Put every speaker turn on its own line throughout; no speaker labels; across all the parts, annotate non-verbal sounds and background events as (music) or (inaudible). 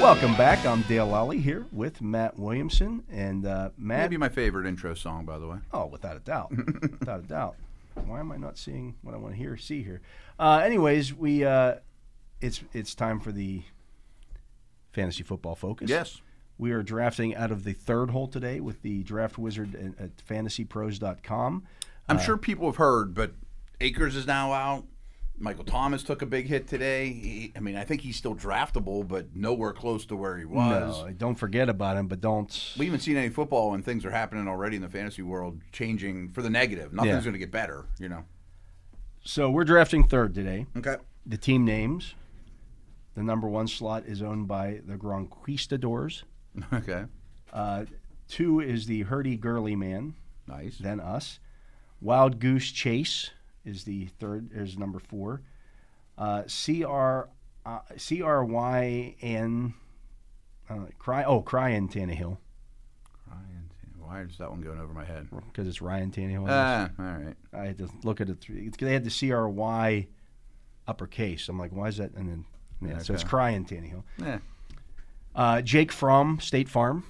Welcome back. I'm Dale Lally here with Matt Williamson and uh, Matt.
Maybe my favorite intro song, by the way.
Oh, without a
(laughs)
doubt, without a doubt. Why am I not seeing what I want to hear? See here. Uh, anyways, we uh, it's it's time for the fantasy football focus.
Yes.
we are drafting out of the third hole today with the draft wizard at, at FantasyPros.com.
I'm sure people have heard, but Akers is now out. Michael Thomas took a big hit today. He, I mean, I think he's still draftable, but nowhere close to where he was.
No, don't forget about him, but don't.
We haven't seen any football, and things are happening already in the fantasy world, changing for the negative. Nothing's
Yeah.
going to get better, you know.
So we're drafting third today. (laughs)
Okay.
The team names. The number one slot is owned by the Gronquistadors.
okay.
Uh, two is the Hurdy Gurley Man,
Nice.
then us. Wild Goose Chase is the third, is number four. Uh, CR, uh, CRYN, uh, cry, oh, Cryan Tannehill,
Ryan Tan- Why is that one going over my head?
because it's Ryan Tannehill.
Ah, all right.
I had to look at it. Through, it's, they had the CRY uppercase. I'm like, why is that? And then, yeah, so it's
Okay.
Cryan Tannehill.
Yeah.
Uh, Jake Fromm, State Farm.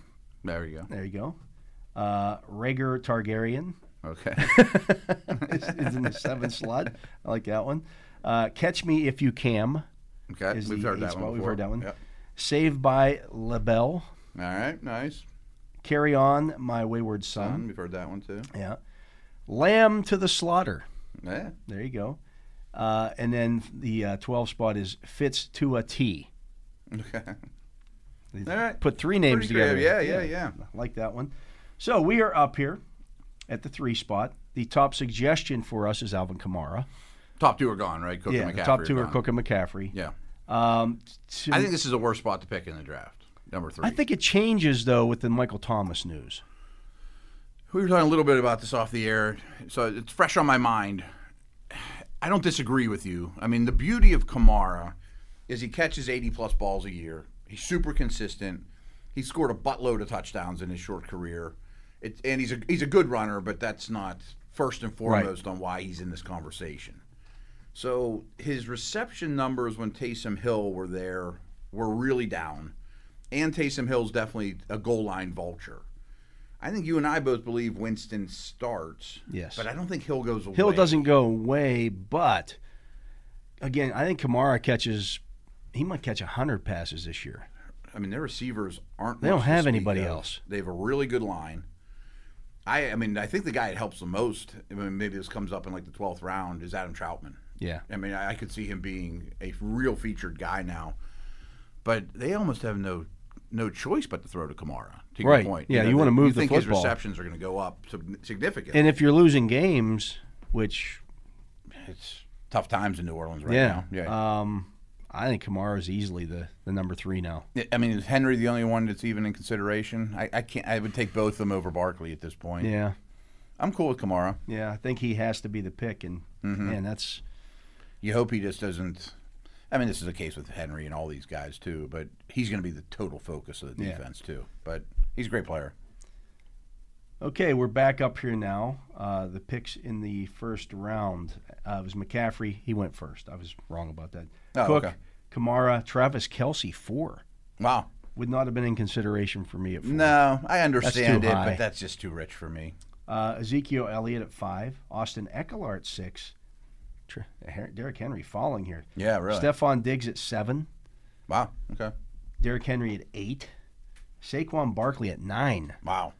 There you
There you go. Uh, Rager Targaryen.
go.
(laughs)
Okay.
is, is in the seventh slot. I like that one. Uh, Catch Me If You Can.
Okay.
Is
We've
the
heard
eight
that
spot.
one.
We've
before.
heard that one.
Yep.
Saved by LaBelle.
All right. Nice.
Carry On, My Wayward Son.
We've heard that one too.
Yeah. Lamb to the Slaughter.
Yeah.
There you go. Uh, and then the uh, 12 spot is Fits to a T.
Okay.
They
All right.
Put three names
Pretty
together.
creative. Yeah, yeah, yeah.
I like that one. So we are up here at the three spot. The top suggestion for us is Alvin Kamara.
Top two are gone, right? Cook
yeah,
and
the
McCaffrey
top two are
gone.
Cook and McCaffrey.
Yeah.
Um, t-
I think this is the worst spot to pick in the draft. Number three.
I think it changes though with the Michael Thomas news.
we were talking a little bit about this off the air, so it's fresh on my mind. I don't disagree with you. I mean, the beauty of Kamara is he catches 80 plus balls a year. He's super consistent. He scored a buttload of touchdowns in his short career. It, and he's a he's a good runner, but that's not first and foremost on why he's in this conversation. So his reception numbers when Taysom Hill were there were really down. And Taysom Hill's definitely a goal line vulture. I think you and I both believe Winston starts.
Yes.
But I don't think Hill goes away.
Hill doesn't go away, but again, I think Kamara catches. He might catch hundred passes this year.
I mean, their receivers aren't.
They don't
much to
have
speak
anybody
of.
else.
They have a really good line. I, I mean, I think the guy that helps the most, I mean, maybe this comes up in like the 12th round, is Adam Troutman.
Yeah,
I mean, I, I could see him being a real featured guy now. But they almost have no no choice but to throw to Kamara. To your
Right.
point,
Yeah, you wanna
they-
move the
think
football.
his receptions are going to go up sig- significantly.
and if you're losing games, which
it's tough times in New Orleans right
yeah,
now. Yeah.
um, I think Kamara is easily the the number three now.
I mean, is Henry the only one that's even in consideration? I, I can't. I would take both of them over Barkley at this point.
Yeah,
I'm cool with Kamara.
yeah, I think he has to be the pick, and
Mm-hmm.
man, that's
You hope he just doesn't. I mean, this is the case with Henry and all these guys too, but he's going to be the total focus of the
Yeah.
defense too. But he's a great player.
Okay, we're back up here now. Uh, the picks in the first round uh, it was McCaffrey. He went first. I was wrong about that.
Oh,
Cook,
okay.
Kamara, Travis Kelsey, four.
Wow.
Would not have been in consideration for me at four.
No, I understand
too
it,
high.
but that's just too rich for me.
Uh, Ezekiel Elliott at five. Austin Eckler at six. Tr- Her- Derrick Henry falling here.
Yeah, really.
Stephon Diggs at seven.
Wow. Okay.
Derrick Henry at eight, Saquon Barkley at nine.
Wow.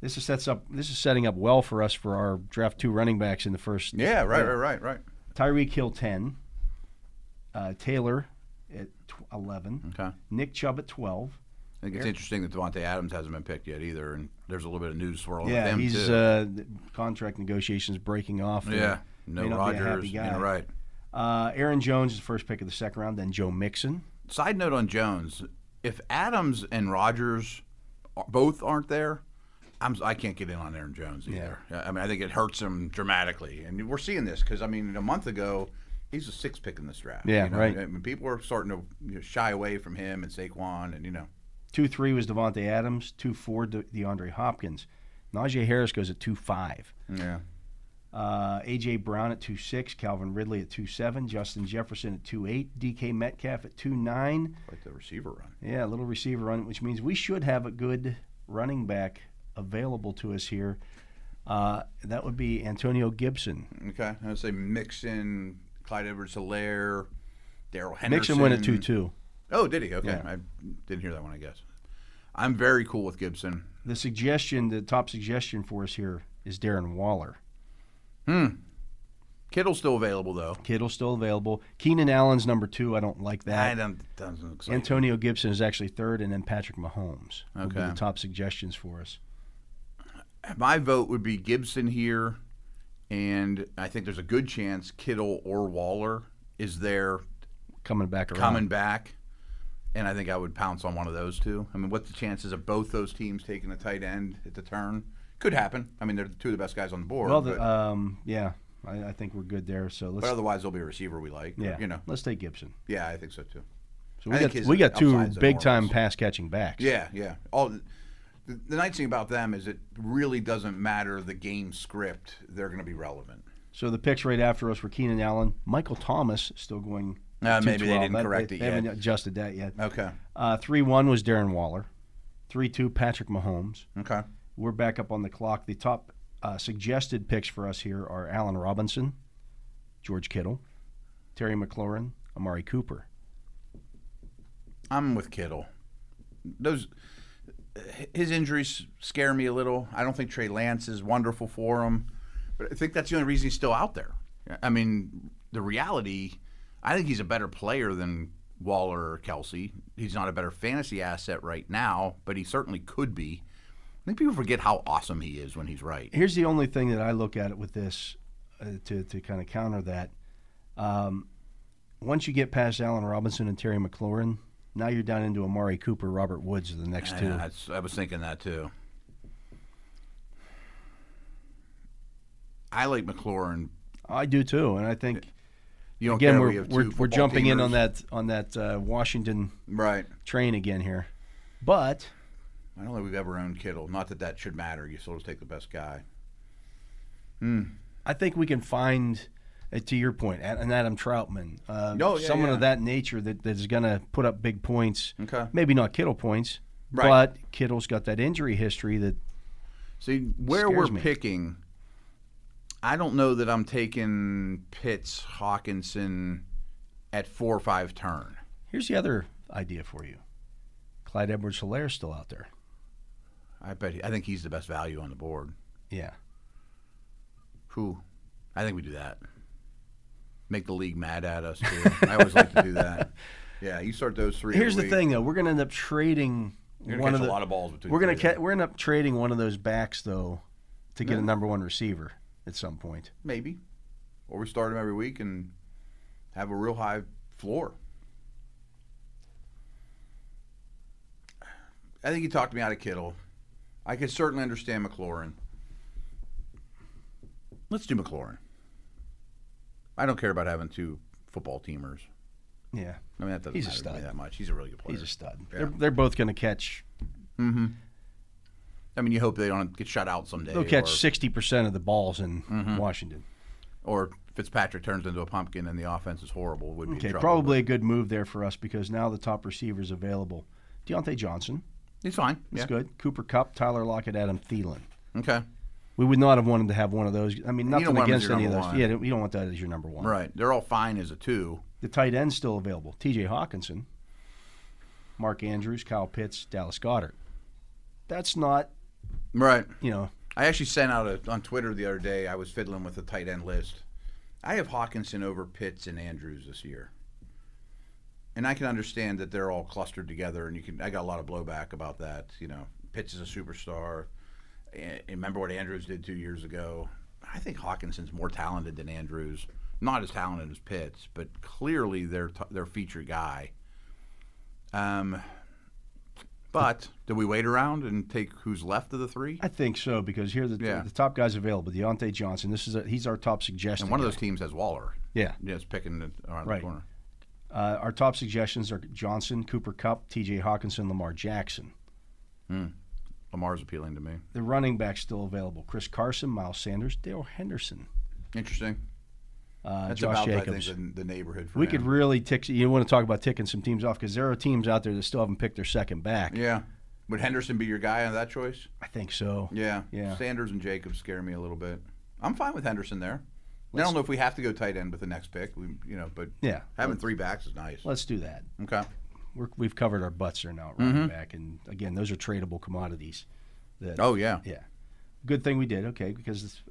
This is sets up. This is setting up well for us for our draft two running backs in the first.
Yeah. Right. Right. Right. Right.
Tyreek Hill ten, uh, Taylor at tw- eleven,
Okay. I
Nick Chubb at twelve.
think it's interesting that Devontae Adams hasn't been picked yet either, and there's a little bit of news swirling with
Yeah,
them
he's
too.
uh, th- contract negotiations breaking off. and,
yeah.
may
No
not be a happy
Rogers.
guy.
Yeah. Right.
Uh, Aaron Jones is the first pick of the second round. Then Joe Mixon.
Side note on Jones: If Adams and Rogers are, both aren't there, I'm I can't get in on Aaron Jones either. I mean, I think it hurts him dramatically, and we're seeing this because I mean, a month ago, he's a sixth pick in this draft.
Yeah,
you know?
right.
I mean, people are starting to you know, shy away from him and Saquon, and you know,
Two three was Devonte Adams. Two four De- DeAndre Hopkins. Najee Harris goes at two five.
yeah,
Uh, AJ Brown at two six. Calvin Ridley at two seven. Justin Jefferson at two eight. DK Metcalf at two nine.
like the receiver run.
Yeah, a little receiver run, which means we should have a good running back available to us here. Uh, that would be Antonio Gibson.
Okay, I would say Mixon, Clyde Edwards-Helaire, Daryl Henderson.
Mixon went at two two.
Oh, did he? Okay,
Yeah.
I didn't hear that one. I guess. I'm very cool with Gibson.
The suggestion, the top suggestion for us here is Darren Waller.
Kittle's still available though.
Kittle still available. Keenan Allen's number two. I don't like
I
that.
don't, doesn't look like
Antonio Gibson is actually third, and then Patrick Mahomes. would be
Okay.
the top suggestions for us.
my vote would be Gibson here, and I think there's a good chance Kittle or Waller is there
Coming back around.
coming back, and I think I would pounce on one of those two. I mean, what's the chances of both those teams taking a tight end at the turn? Could happen. I mean, they're two of the best guys on the board.
Well,
but,
the, um, yeah, I, I think we're good there. So
but
let's,
otherwise, there'll be a receiver we like. or,
yeah,
you know.
let's take Gibson.
Yeah, I think so too.
So we
I think
got
his
we got two
upside's
big time
enormous.
pass catching backs.
Yeah, yeah. All the, the nice thing about them is it really doesn't matter the game script; they're going to be relevant.
So the picks right after us were Keenan Allen, Michael Thomas still going.
Uh, maybe they
212.
didn't
That-
correct
they,
it
they
yet.
haven't adjusted that yet.
Okay.
Uh, three one was Darren Waller. Three two Patrick Mahomes.
Okay.
We're back up on the clock. The top uh, suggested picks for us here are Allen Robinson, George Kittle, Terry McLaurin, Amari Cooper.
I'm with Kittle. Those his injuries scare me a little. I don't think Trey Lance is wonderful for him, but I think that's the only reason he's still out there. I mean, the reality, I think he's a better player than Waller or Kelsey. He's not a better fantasy asset right now, but he certainly could be. I think people forget how awesome he is when he's right.
Here's the only thing that I look at it with this uh, to to kind of counter that. Um, once you get past Allen Robinson and Terry McLaurin, now you're down into Amari Cooper, Robert Woods, are the next two.
Yeah, that's- I was thinking that too. I like McLaurin.
I do too, and I think
You don't
again
care.
we're
we have
we're,
two
we're
football
jumping in on
teamers.
that on that uh, Washington
Right.
train again here, but
I don't think we've ever owned Kittle. Not that that should matter. You still just take the best guy.
I think we can find. uh, To your point, Ad- an Adam Troutman, uh,
Oh, yeah,
someone
yeah.
of that nature that, that is going to put up big points.
Okay.
Maybe not Kittle points,
Right.
but Kittle's got that injury history that
See, where
Scares
we're
me.
picking, I don't know that I'm taking Pitts, Hawkinson at four or five turn.
Here's the other idea for you. Clyde Edwards Hilaire's still out there.
I bet. I think he's the best value on the board.
Yeah.
Who? I think we do that. Make the league mad at us. Too. I always like to do (laughs) that. Yeah, you start those three.
Here's the
every week.
thing though, we're gonna end up trading
You're gonna
one
catch
of the
a lot of balls between.
we're
the
gonna
three of
ca- we're gonna end up trading one of those backs though to get a number one receiver at some point.
them. maybe, or we start them every week and have a real high floor. I think you talked me out of Kittle. I could certainly understand McLaurin. Let's do McLaurin. I don't care about having two football teamers.
Yeah.
I mean, that doesn't
He's a
matter to me
stud.
that much. He's a really good player.
He's a stud.
Yeah.
They're, they're both gonna catch
I mean, you hope they don't get shut out someday.
they'll
or,
catch sixty percent of the balls in
Mm-hmm.
Washington.
or Fitzpatrick turns into a pumpkin and the offense is horrible. Would be in
Okay,
trouble,
probably a good move there for us because now the top receivers available. Deontay Johnson,
but He's fine.
that's
Yeah.
good. Cooper Cup, Tyler Lockett, Adam Thielen.
Okay.
We would not have wanted to have one of those. I mean,
don't
nothing
want him as
against
your
any of those.
number one.
Yeah, you don't want that as your number one.
Right. They're all fine as a two.
The tight end's still available. T.J. Hawkinson. Mark Andrews, Kyle Pitts, Dallas Goddard. That's not,
Right.
you know,
I actually sent out a, on Twitter the other day. I was fiddling with a tight end list. I have Hawkinson over Pitts and Andrews this year, and I can understand that they're all clustered together. And you can, I got a lot of blowback about that. You know, Pitts is a superstar. And remember what Andrews did two years ago. I think Hawkinson's more talented than Andrews. Not as talented as Pitts, but clearly their t- their feature guy. Um, but do we wait around and take who's left of the three?
I think so because here are the,
Yeah.
the top guys available. Deontay Johnson. This is a, he's our top suggestion.
And one of those teams has Waller.
Yeah.
Yeah, it's picking it around
Right.
the corner.
Uh, our top suggestions are Johnson, Cooper Cup, T.J. Hawkinson, Lamar Jackson.
Lamar's appealing to me.
The running backs still available: Chris Carson, Miles Sanders, Dale Henderson,
Interesting.
uh,
That's
Josh
about
Jacobs.
I think the, the neighborhood. For
we
him.
could really tick. You want to talk about ticking some teams off because there are teams out there that still haven't picked their second back.
Yeah. Would Henderson be your guy on that choice?
I think so.
Yeah.
Yeah.
Sanders and Jacobs scare me a little bit. I'm fine with Henderson there. I don't know if we have to go tight end with the next pick. We, you know, but
Yeah.
having three backs is nice.
Let's do that.
Okay.
We're, we've covered our butts there now at running back, and again, those are tradable commodities. That
Mm-hmm. Oh yeah.
Yeah. Good thing we did, okay, because it's,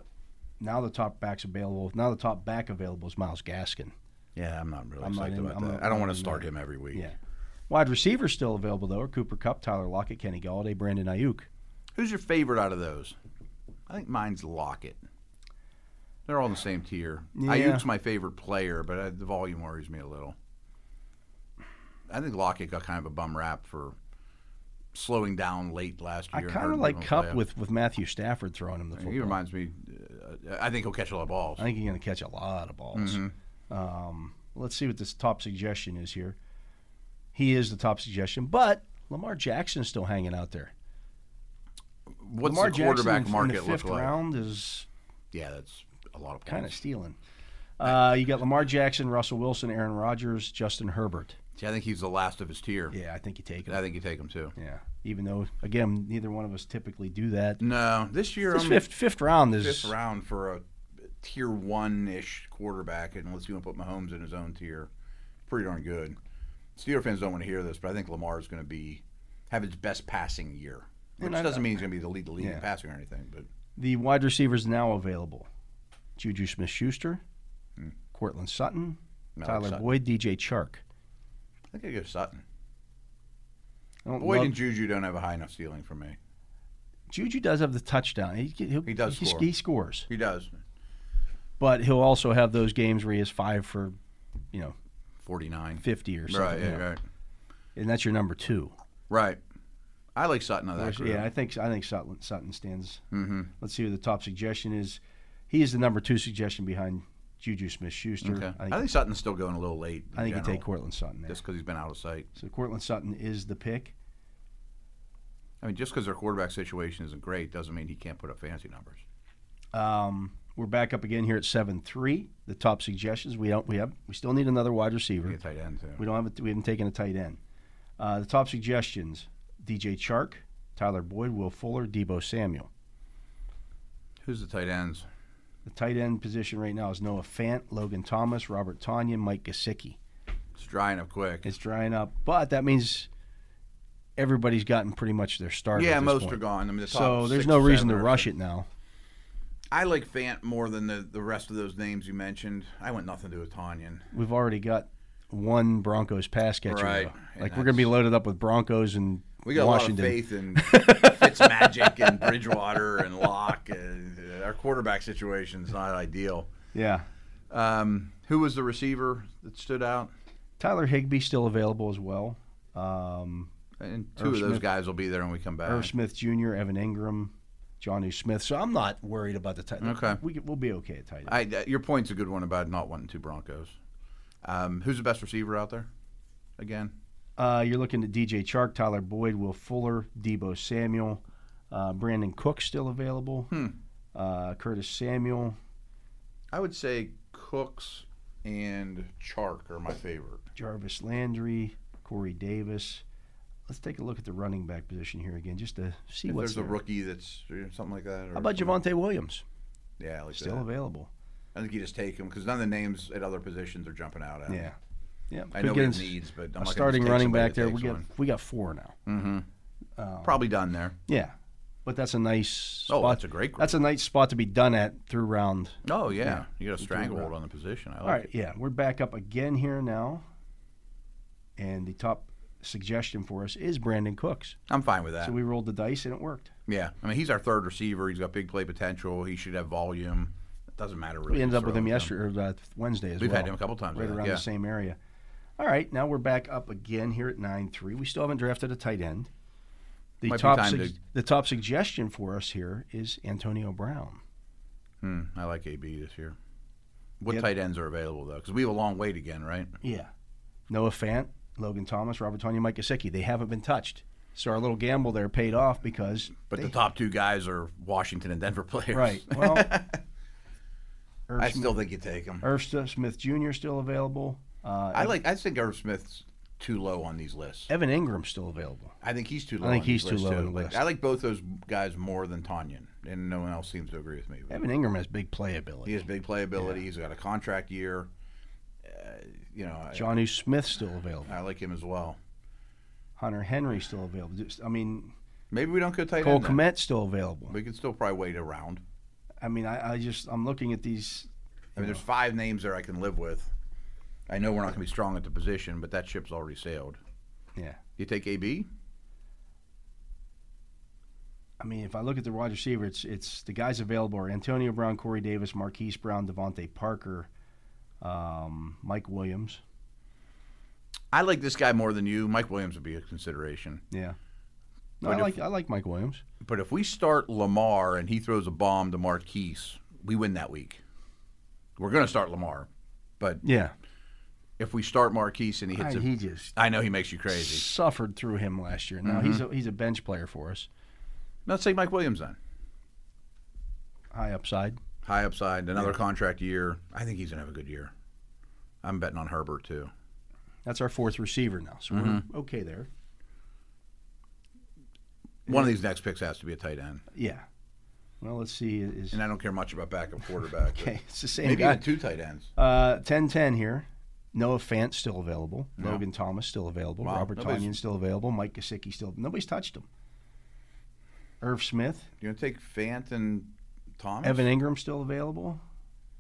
now the top back's available. Now the top back available is Miles Gaskin.
Yeah, I'm not really
I'm not
psyched
in-
about
I'm
that.
not-
I don't
I'm
want
not
to start him every week.
Yeah. Wide receivers still available, though, are Cooper Cup, Tyler Lockett, Kenny Galladay, Brandon Ayuk.
Who's your favorite out of those? I think mine's Lockett. They're all in the same tier.
Yeah.
Ayuk's my favorite player, but uh the volume worries me a little. I think Lockett got kind of a bum rap for slowing down late last
I
year.
kind of
hurting
like
them in
Cup
playoff.
with, with Matthew Stafford throwing him the football.
He reminds me. Uh, I think he'll catch a lot of balls.
I think he's going to catch a lot of balls.
Mm-hmm.
Um, let's see what this top suggestion is here. He is the top suggestion, but Lamar Jackson's still hanging out there.
What's
Lamar
the quarterback
Jackson in-
market
in the fifth
look like?
round is
Yeah, that's a lot of points.
kind of stealing. Uh, you got Lamar Jackson, Russell Wilson, Aaron Rodgers, Justin Herbert.
See, I think he's the last of his tier.
Yeah, I think you take
I
him.
think you take him too.
Yeah, even though again, neither one of us typically do that.
No, this year
This
I'm
fifth fifth round is
fifth round for a tier one ish quarterback, and unless you want to put Mahomes in his own tier, pretty darn good. Steeler fans don't want to hear this, but I think Lamar is going to be have his best passing year, which
And I-
doesn't mean he's going to be the lead the leading
Yeah.
passing or anything. But
the wide receivers now available: Juju Smith-Schuster, Cortland Sutton,
Hmm. Malik
Tyler
Sutton.
Boyd, DJ Chark.
I think I go Sutton.
I don't
Boyd
love-
and Juju don't have a high enough ceiling for me.
Juju does have the touchdown. He, he'll-
He does
He,
score.
he scores,
He does
but he'll also have those games where he has five for, you know,
forty nine.
fifty or something.
Right,
you
yeah,
know.
right,
And that's your number two.
right. I like Sutton on that group.
Yeah, I think I think Sutton, Sutton stands. Mm-hmm. Let's see who the top suggestion is. He is the number two suggestion behind Juju Smith-Schuster.
Okay.
I
I
think,
think, Sutton's still going a little late. in
I think you
general,
take Cortland Sutton there.
just because he's been out of sight.
So Cortland Sutton is the pick.
I mean, just because their quarterback situation isn't great doesn't mean he can't put up fantasy numbers.
Um, we're back up again here at seven three. The top suggestions we don't we have we still need another wide receiver.
Be a tight end too.
We don't have a, we haven't taken a tight end. Uh, the top suggestions: DJ Chark, Tyler Boyd, Will Fuller, Debo Samuel.
Who's the tight ends?
The tight end position right now is Noah Fant, Logan Thomas, Robert Tanya, Mike Gesicki.
It's drying up quick.
It's drying up, but that means everybody's gotten pretty much their start.
yeah, most are gone. I mean, the top
So there's
six,
no reason to
seven are-
rush it now.
I like Fant more than the, the rest of those names you mentioned. I want nothing to do with Tanyan.
We've already got one Broncos pass catcher.
Right,
though.
and
Like we're going to be
that's-
loaded up with Broncos and
We got
Washington.
a lot of faith
(laughs)
in Fitzmagic and Bridgewater and Locke. And uh, our quarterback situation's not ideal.
Yeah.
Um, who was the receiver that stood out?
Tyler Higbee still available as well. Um,
And two
Irv
of those
Smith.
guys will be there when we come back.
Irv Smith Jr., Evan Ingram, Johnny Smith. So I'm not worried about the tight end.
Okay.
We, could- we'll be okay at tight end.
I, uh, your point's a good one about not wanting two Broncos. Um, who's the best receiver out there? Again,
Uh, you're looking at DJ Chark, Tyler Boyd, Will Fuller, Debo Samuel, uh, Brandon Cook still available,
Hmm.
uh, Curtis Samuel,
I would say Cooks and Chark are my favorite.
Jarvis Landry, Corey Davis. Let's take a look at the running back position here again, just to see
If
what's
there's a
there.
rookie that's or something like that. Or
How about
someone-
Javante Williams?
Yeah, I like
Still
that.
available.
I think you just take him because none of the names at other positions are jumping out at me.
Yeah. Yeah,
I
could
know
get
he
in s-
needs, but
a
I'm not gonna
starting
take
running
somebody
back
that
there. We
takes
got
one.
we got four now.
probably done there.
Yeah, but that's a nice. Spot.
Oh, that's a great group.
That's a nice spot to be done at through round.
Oh yeah, you got a stranglehold on the position. I like
All right,
it.
yeah, we're back up again here now, and the top suggestion for us is Brandon Cooks.
I'm fine with that.
So we rolled the dice and it worked.
yeah, I mean he's our third receiver. He's got big play potential. He should have volume. It doesn't matter really.
We ended up
Throw
with him
to
yesterday or uh, Wednesday as
We've
well.
had him a couple times. I
right
think,
around
yeah.
the same area. All right, now we're back up again here at nine three. We still haven't drafted a tight end. The
Might be
top
time
sug-
to-
the top suggestion for us here is Antonio Brown.
Hmm, I like AB this year. What
Yep.
tight ends are available though? Because we have a long wait again, right?
Yeah, Noah Fant, Logan Thomas, Robert Tonyan, Mike Gesicki. They haven't been touched. So our little gamble there paid off because
But
they-
the top two guys are Washington and Denver (laughs) players.
right. Well, Irv
I
Smith-
still think you take him.
Irv Smith Jr. still available. Uh,
I like. I think Irv Smith's too low on these lists.
Evan Ingram still available.
I think he's too low.
think
on these
he's too
lists,
low on
too.
the
Like,
list.
I like both those guys more than Tanyan, and no one else seems to agree with me.
Evan Ingram has big playability.
He has big playability. He's got a contract year. Uh, you know, I,
Johnny Smith still available.
I like him as well.
Hunter Henry still available. Just- I mean,
Maybe we don't go tight
Cole
end. then.
Komet still available.
We can still probably wait around.
I mean, I, I just I'm looking at these.
I mean, there's five names there I can live with. I know we're not going to be strong at the position, but that ship's already sailed.
Yeah,
You take AB?
I mean, if I look at the wide receiver, it's it's the guys available are Antonio Brown, Corey Davis, Marquise Brown, Devontae Parker, um, Mike Williams.
I like this guy more than you. Mike Williams would be a consideration.
Yeah, no,
But
I
if-
like I like Mike Williams.
But if we start Lamar and he throws a bomb to Marquise, we win that week. We're going to start Lamar, but
Yeah,
if we start Marquise and he hits
I-
a
he just
I know he makes you crazy.
suffered through him last year. Now he's a,
Mm-hmm.
he's a bench player for us,
Let's take Mike Williams then.
high upside.
High upside, another contract year. I think he's gonna have a good year. I'm betting on Herbert too.
That's our fourth receiver now, so
Mm-hmm.
we're okay there.
One of these next picks has to be a tight end,
Yeah. Well, let's see. Is
and I don't care much about backup
(laughs)
quarterback. but
okay. It's the same
Maybe
guy.
even two tight ends.
Uh, 10-10 here. Noah Fant still available. Logan Thomas still available.
Wow,
Robert
nobody's-
Tonyan still available. Mike Gesicki still. Nobody's touched him. Irv Smith,
You gonna take Fant and Thomas?
Evan Ingram still available.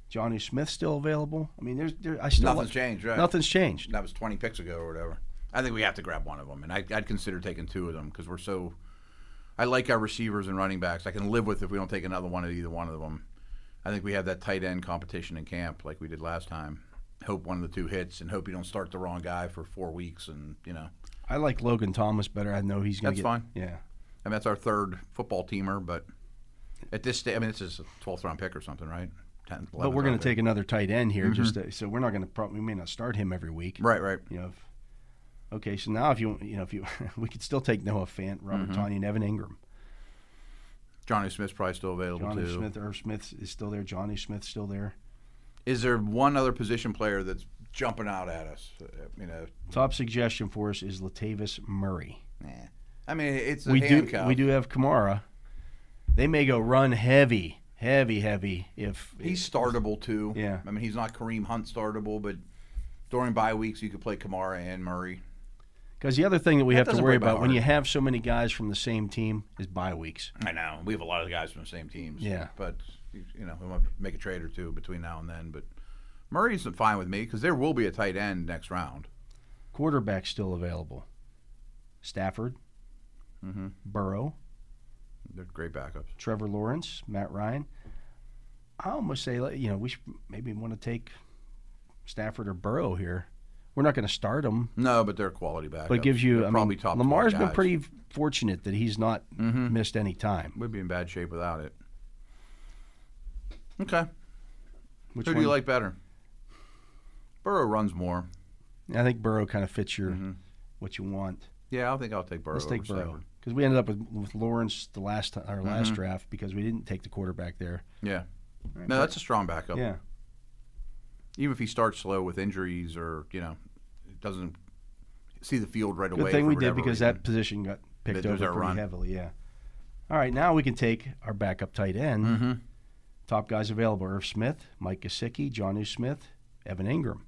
Johnny Smith still available. I mean, there's there, I still
Nothing's
like-
changed, right?
Nothing's changed.
That was 20 picks ago or whatever. I think we have to grab one of them, and I, I'd consider taking two of them because we're so. I like our receivers and running backs. I can live with if we don't take another one of either one of them. I think we have that tight end competition in camp like we did last time. Hope one of the two hits, and hope you don't start the wrong guy for four weeks. And you know,
I like Logan Thomas better. I know he's going
That's
to get.
fine.
Yeah.
I mean that's our third football teamer, but at this stage, I mean this is a 12th round pick or something, right? 10th, 11th
But we're going
round
to
pick.
take another tight end here, just to, so we're not going to probably we may not start him every week.
Mm-hmm. right, right.
You know. If, okay, so now if you you know if you (laughs) we could still take Noah Fant, Robert
Mm-hmm.
Tonyan, and Evan Ingram.
Johnny Smith's probably still available
Johnny
too.
Smith, Irv Smith is still there. Johnny Smith's still there.
Is there one other position player that's jumping out at us? Uh, You know,
Top suggestion for us is Latavius Murray.
eh. I mean, it's a
we
handcuff.
do we do have Kamara. They may go run heavy, heavy, heavy. If
He's startable too.
Yeah.
I mean, he's not Kareem Hunt startable, but during bye weeks, you could play Kamara and Murray.
because the other thing that we have to
doesn't
worry
break my
about when
heart.
you have so many guys from the same team is bye weeks.
I know we have a lot of guys from the same teams.
Yeah.
but you know we might make a trade or two between now and then. But Murray's fine with me because there will be a tight end next round.
Quarterback still available. Stafford,
Mm-hmm.
Burrow,
They're great backups.
Trevor Lawrence, Matt Ryan. I almost say, like, you know, we should maybe want to take Stafford or Burrow here. We're not going to start them.
No, but they're quality backups.
but it gives you
They're
I
probably
mean,
top.
Lamar's
12
been
guys. Mm-hmm.
pretty fortunate that he's not missed any time.
We'd be in bad shape without it. Okay.
Which
Who
one,
do you like better? Burrow runs more.
I think Burrow kind of fits your what you want.
Yeah, I think I'll take Mm-hmm. Burrow.
Let's take
over
Burrow
Stafford. Mm-hmm.
because we ended up with, with Lawrence the last ti- our last draft because we didn't take the quarterback there.
Yeah. No, that's a strong backup.
Yeah,
Even if he starts slow with injuries or you know, doesn't see the field right
good
away.
thing
for
we did
whatever
because
reason.
that position got picked
That was
over
our
pretty
run.
heavily. Yeah. All right, now we can take our backup tight end.
Mm.
Top guys available: Irv Smith, Mike Gesicki, John U. Smith, Evan Ingram.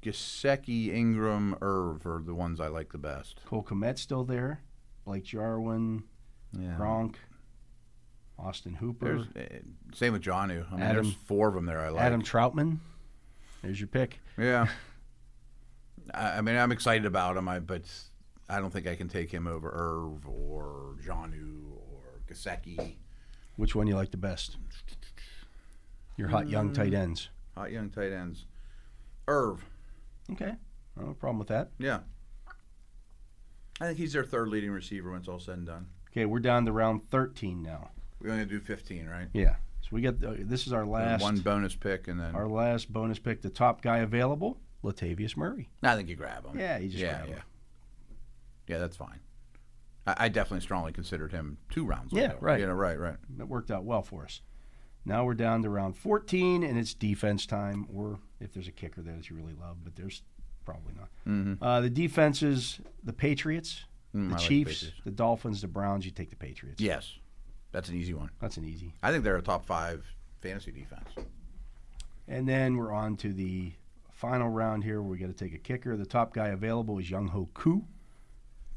Gasecki, Ingram, Irv are the ones I like the best.
Cole Komet's still there. Blake Jarwin,
Yeah.
Gronk, Austin Hooper,
There's, eh, same with Johnu. I mean,
Adam-
there's four of them there I like.
Adam Troutman. There's your pick. (laughs)
Yeah. I, I mean, I'm excited about him, I, but I don't think I can take him over Irv or Johnu or Gasecki.
Which one you like the best? Your hot young tight
Mm.
ends.
Hot young tight ends. Irv,
Okay, no problem with that.
yeah. I think he's their third leading receiver when it's all said and done.
Okay, we're down to round 13 now.
We only do 15, right?
Yeah. So we got the, this is our last
One bonus pick, and then
our last bonus pick. The top guy available, Latavius Murray.
I think you grab him.
Yeah, you just
yeah,
grab
yeah.
him.
Yeah, that's fine. I, I definitely strongly considered him two rounds.
Yeah,
ago.
right.
Yeah, right, right.
That worked out well for us. Now we're down to round 14, and it's defense time, or if there's a kicker there that you really love, but there's probably not. Uh, the defenses, the Patriots,
Mm-hmm. Mm, I
the
like the
Chiefs,
Patriots.
the Dolphins, the Browns. You take the Patriots.
Yes, that's an easy one.
That's an easy.
I think they're a top five fantasy defense.
And then we're on to the final round here where we got to take a kicker. The top guy available is Young Ho Koo.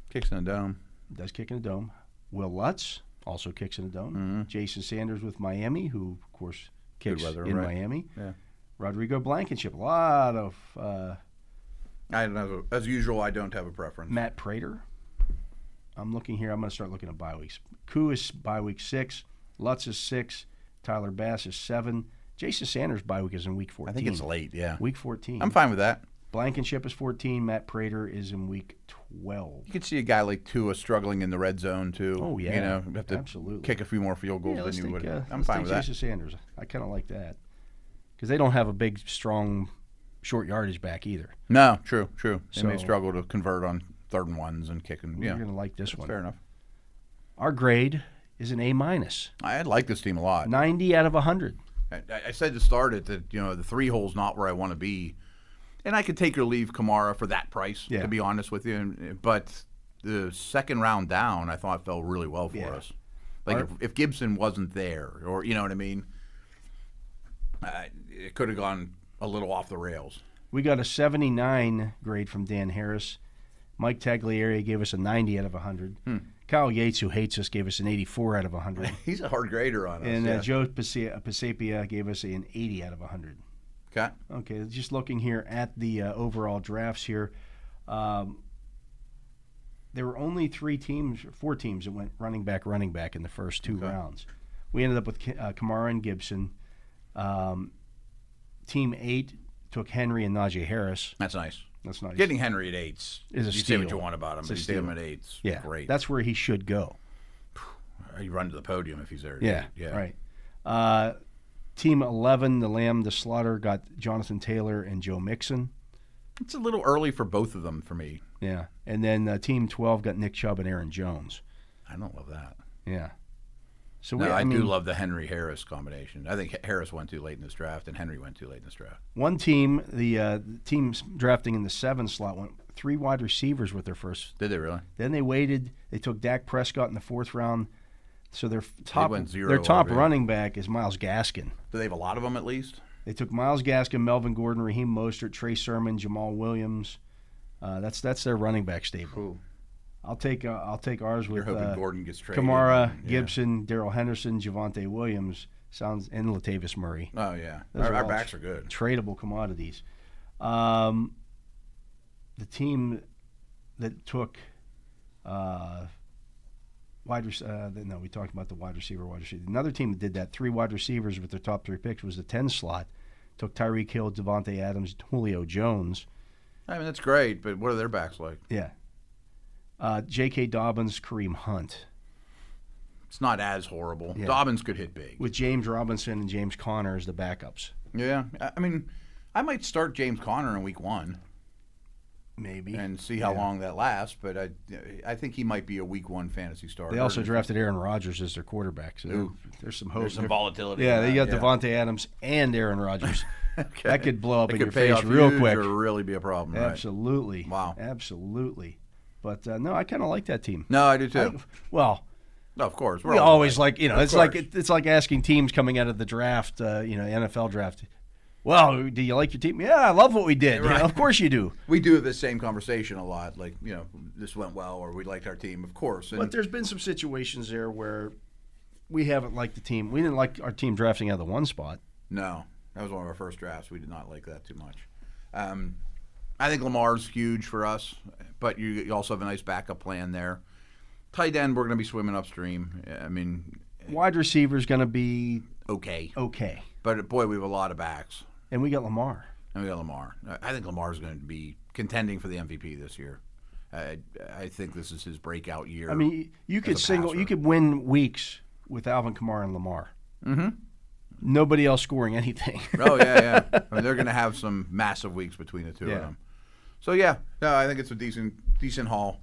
Kicks in the dome.
does kick in the dome. Will Lutz also kicks in the dome.
Mm-hmm.
Jason Sanders with Miami, who of course kicks
weather,
in
right.
Miami.
Yeah.
Rodrigo Blankenship, a lot of uh,
I don't know. As usual, I don't have a preference.
Matt Prater. I'm looking here. I'm going to start looking at bye weeks. Koo is bye week six. Lutz is six. Tyler Bass is seven. Jason Sanders bye week is in week 14.
I think it's late. Yeah,
week 14.
I'm fine with that.
Blankenship is 14. Matt Prater is in week 12.
You could see a guy like Tua struggling in the red zone too.
Oh, yeah.
you know, you have to
Absolutely.
kick a few more field goals
Yeah,
than
let's
you
take,
would.
uh,
I'm
let's
fine
take
with
Jason Sanders. I kind of like that because they don't have a big, strong, short yardage back either.
that. No, true, true. They may
So-
struggle to convert on third and ones and kicking. Yeah,
You're going to like this
That's
one.
fair enough.
Our grade is an A minus,
I I like this team a lot.
ninety out of hundred.
I, I said to start it that you know the three hole's not where I want to be, and I could take or leave Kamara for that price.
Yeah.
To be honest with you, And- but the second round down, I thought fell really well for
Yeah.
us. Like if, if Gibson wasn't there, or you know what I mean, uh, it could have gone a little off the rails.
We got a seventy-nine grade from Dan Harris. Mike Taglieri gave us a ninety out of hundred.
Hmm.
Kyle Yates, who hates us, gave us an eighty-four out of
(laughs)
hundred.
He's a hard grader on us.
And
yeah.
uh, Joe Pasapia Pisapia gave us an eighty out of hundred.
Okay.
Okay, just looking here at the uh, overall drafts here, um, there were only three teams, or four teams that went running back, running back in the first two rounds. We ended up with Ki- uh, Kamara and Gibson. Um, team eight took Henry and Najee Harris.
that's nice.
That's nice.
Getting Henry at eights
Is a
you say what you
steal.
want about him,
a
but you get him
steal.
at eights.
yeah,
great.
That's where he should go.
you run to the podium if he's there. at
Yeah,
eight. yeah,
right. Uh, team eleven, the Lamb, the Slaughter got Jonathan Taylor and Joe Mixon.
It's a little early for both of them for me.
Yeah, and then uh, team twelve got Nick Chubb and Aaron Jones.
I don't love that.
Yeah. So
No,
we,
I,
I, mean,
do love the Henry Harris combination. I think Harris went too late in this draft, and Henry went too late in this draft.
one team, the, uh, the teams drafting in the seven slot went three wide receivers with their first.
Did they really?
Then they waited. They took Dak Prescott in the fourth round. So their f- top
went zero
their top
already.
running back is Miles Gaskin.
Do they have a lot of them at least?
They took Miles Gaskin, Melvin Gordon, Raheem Mostert, Trey Sermon, Jamal Williams. Uh, that's that's their running back stable.
Cool.
I'll take uh, I'll take ours
You're
with
hoping
uh,
Gordon gets traded.
Kamara,
Yeah.
Gibson, Daryl Henderson, Javante Williams. Sounds and Latavius Murray.
Oh yeah,
Those
our,
are
our
all
backs are good.
tradable commodities. Um, the team that took uh, wide rec- uh, th- no, we talked about the wide receiver, wide receiver. Another team that did that, three wide receivers with their top three picks was the ten slot. Took Tyreek Hill, Devontae Adams, Julio Jones.
I mean, that's great, but what are their backs like?
Yeah. Uh, J.K. Dobbins, Kareem Hunt,
It's not as horrible.
Yeah.
Dobbins could hit big.
with James Robinson and James Conner as the backups.
Yeah, I I mean, I might start James Conner in week one
Maybe.
and see how long that lasts, but I, I think he might be a week one fantasy starter.
they also drafted Aaron Rodgers as their quarterback, so there- there's some hope.
There's some
there.
volatility.
Yeah,
in
they got
that,
Devonte Adams and Aaron (laughs) Rodgers.
(laughs) Okay.
That could blow up
It
in
could
your
pay
face
off
real
huge
quick.
or really be a problem. Right?
Absolutely.
Wow.
Absolutely. But uh, no, I kind of like that team.
No, I do too.
I- well,
no, of course. We're
we
all
always like you know
Of
it's like
course.
it's like asking teams coming out of the draft, uh, you know, NFL draft. Well, do you like your team? Yeah, I love what we did. You know, of course you do.
We do have this same conversation a lot, like you know, this went well, or we liked our team, of course. And
But there's been some situations there where we haven't liked the team. We didn't like our team drafting out of the one spot.
no, that was one of our first drafts. We did not like that too much. Um, I think Lamar's huge for us, but you, you also have a nice backup plan there. Tight end, we're going to be swimming upstream. I mean,
Wide receiver's going to be
okay,
okay,
but boy, we have a lot of backs,
and we got Lamar.
and we got Lamar. I- I think Lamar's going to be contending for the MVP this year. I, I think this is his breakout year.
I mean, you could
a
single,
passer.
you could win weeks with Alvin Kamara and Lamar. Mm-hmm. Nobody else scoring
(laughs)
anything.
oh yeah,
(laughs)
yeah. I mean, they're going to have some massive weeks between the two
Yeah.
of them. So yeah, no, I think it's a decent decent haul.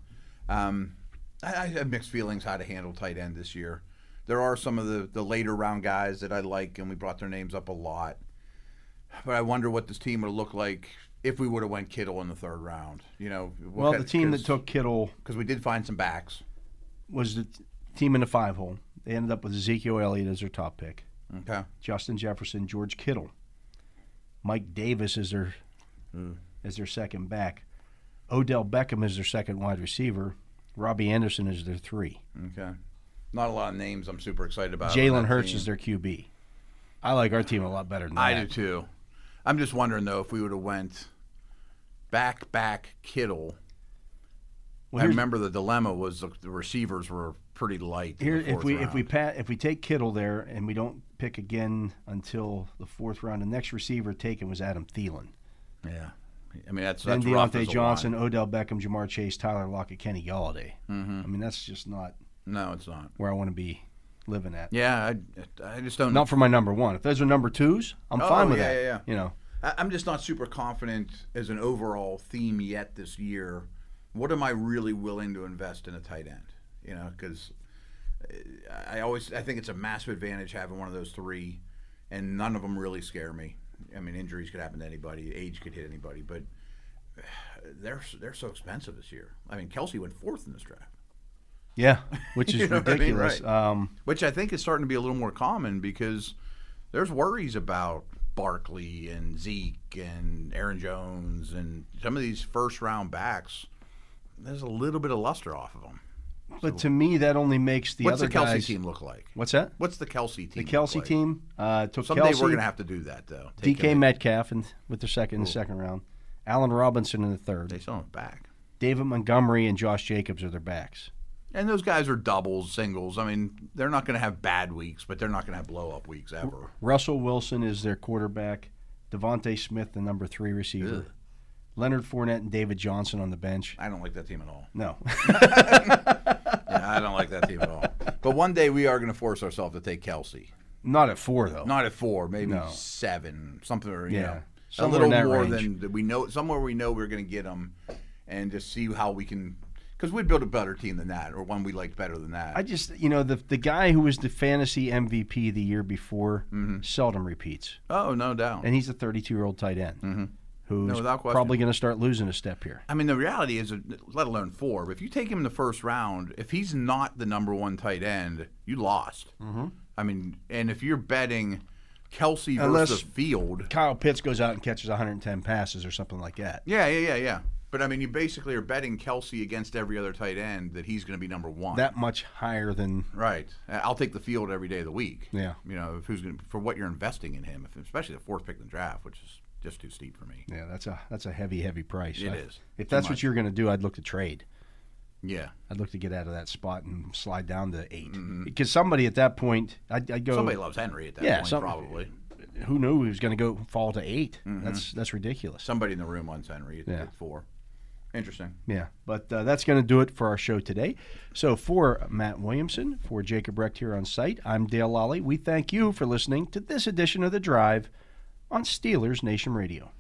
Um, I, I have mixed feelings how to handle tight end this year. There are some of the the later round guys that I like, and we brought their names up a lot. But I wonder what this team would look like if we would have went Kittle in the third round. You know,
well, the team that took Kittle
because we did find some backs.
was the t- team in the five hole. They ended up with Ezekiel Elliott as their top pick,
Okay,
Justin Jefferson, George Kittle, Mike Davis is their
Mm.
as their second back, Odell Beckham is their second wide receiver, Robbie Anderson is their three,
okay. Not a lot of names I'm super excited about. on
Jalen
that
Hurts
team.
is their QB. I like our team a lot better than
I
that.
do too. I'm just wondering though if we would have went back back Kittle.
Well,
I
here's-
remember the dilemma was the, the receivers were pretty light. in the
Here, if
fourth
we if we
round.
pat, if we take Kittle there and we don't pick again until the fourth round, the next receiver taken was Adam Thielen.
yeah, I mean that's
Then
that's rough as a
Deontay
line.
Johnson, Odell Beckham, Jamar Chase, Tyler Lockett, Kenny Galladay.
Mm-hmm.
I mean, that's just not
No, it's not.
where I want to be living at.
Yeah, I, I just don't.
Not for my number one. If those are number twos, I'm
Oh,
fine with
yeah,
that.
yeah, yeah.
You know,
I, I'm just not super confident as an overall theme yet this year. What am I really willing to invest in a tight end? You know, because I always I think it's a massive advantage having one of those three, and none of them really scare me. I mean, injuries could happen to anybody, age could hit anybody, but uh, they're they're so expensive this year. I mean, Kelsey went fourth in this draft,
yeah,
(laughs)
which is
You know what I mean,
ridiculous.
right.
um,
which I think is starting to be a little more common because there's worries about Barkley and Zeke and Aaron Jones and some of these first round backs. There's a little bit of luster off of them.
but to me, that only makes the
What's
other
the Kelsey
guys.
team look like?
What's that?
What's the Kelsey team?
The Kelsey team uh, took
Someday
Kelsey,
we're gonna have to do that though. Take
DK
him-
Metcalf, and with their second in the second round, Allen Robinson in the third.
They sell him back.
David Montgomery and Josh Jacobs are their backs.
And those guys are doubles, singles. I mean, they're not going to have bad weeks, but they're not going to have blow up weeks ever.
Russell Wilson is their quarterback. Devontae Smith, the number three receiver. Leonard Fournette and David Johnson on the bench.
I don't like that team at all.
No. (laughs)
Yeah, I don't like that team at all. But one day we are going to force ourselves to take Kelsey.
Not at four, though.
Not at four, maybe
No.
seven, something. Or, you
Yeah.
know, a
Somewhere
little
in that
more
range.
than that we know. Somewhere we know we're going to get them, and just see how we can. Because we'd build a better team than that, or one we liked better than that.
I just, you know, the, the guy who was the fantasy MVP the year before
Mm-hmm.
seldom repeats.
oh, no doubt.
And he's a 32 year old tight end
Mm-hmm. No,
who's
without question.
probably going to start losing a step here.
I mean, the reality is, let alone four. But if you take him in the first round, if he's not the number one tight end, you lost. Mm-hmm. I mean, and if you're betting Kelsey
Unless-
versus the field,
Kyle Pitts goes out and catches 110 passes or something like that.
yeah, yeah, yeah, yeah. But I mean, you basically are betting Kelsey against every other tight end that he's going to be number one.
That much higher than
right. Uh, I'll take the field every day of the week.
Yeah.
You know, if who's going to, for what you're investing in him, if, especially the fourth pick in the draft, which is just too steep for me.
Yeah, that's a that's a heavy, heavy price.
It
It is.
is.
If
Too
that's what
much.
you're going to do, I'd look to trade.
Yeah.
I'd look to get out of that spot and slide down to 8 because somebody at that point, I'd, I'd go.
Mm-hmm. Somebody loves Henry at that
Yeah,
point,
some-
probably.
who knew he was going to go fall to 8
Mm-hmm.
That's that's ridiculous.
Somebody in the room wants Henry at,
Yeah.
at four. Interesting.
yeah, but uh, that's going to do it for our show today. So for Matt Williamson, for Jacob Recht here on site, I'm Dale Lally. We thank you for listening to this edition of the Drive on Steelers Nation Radio.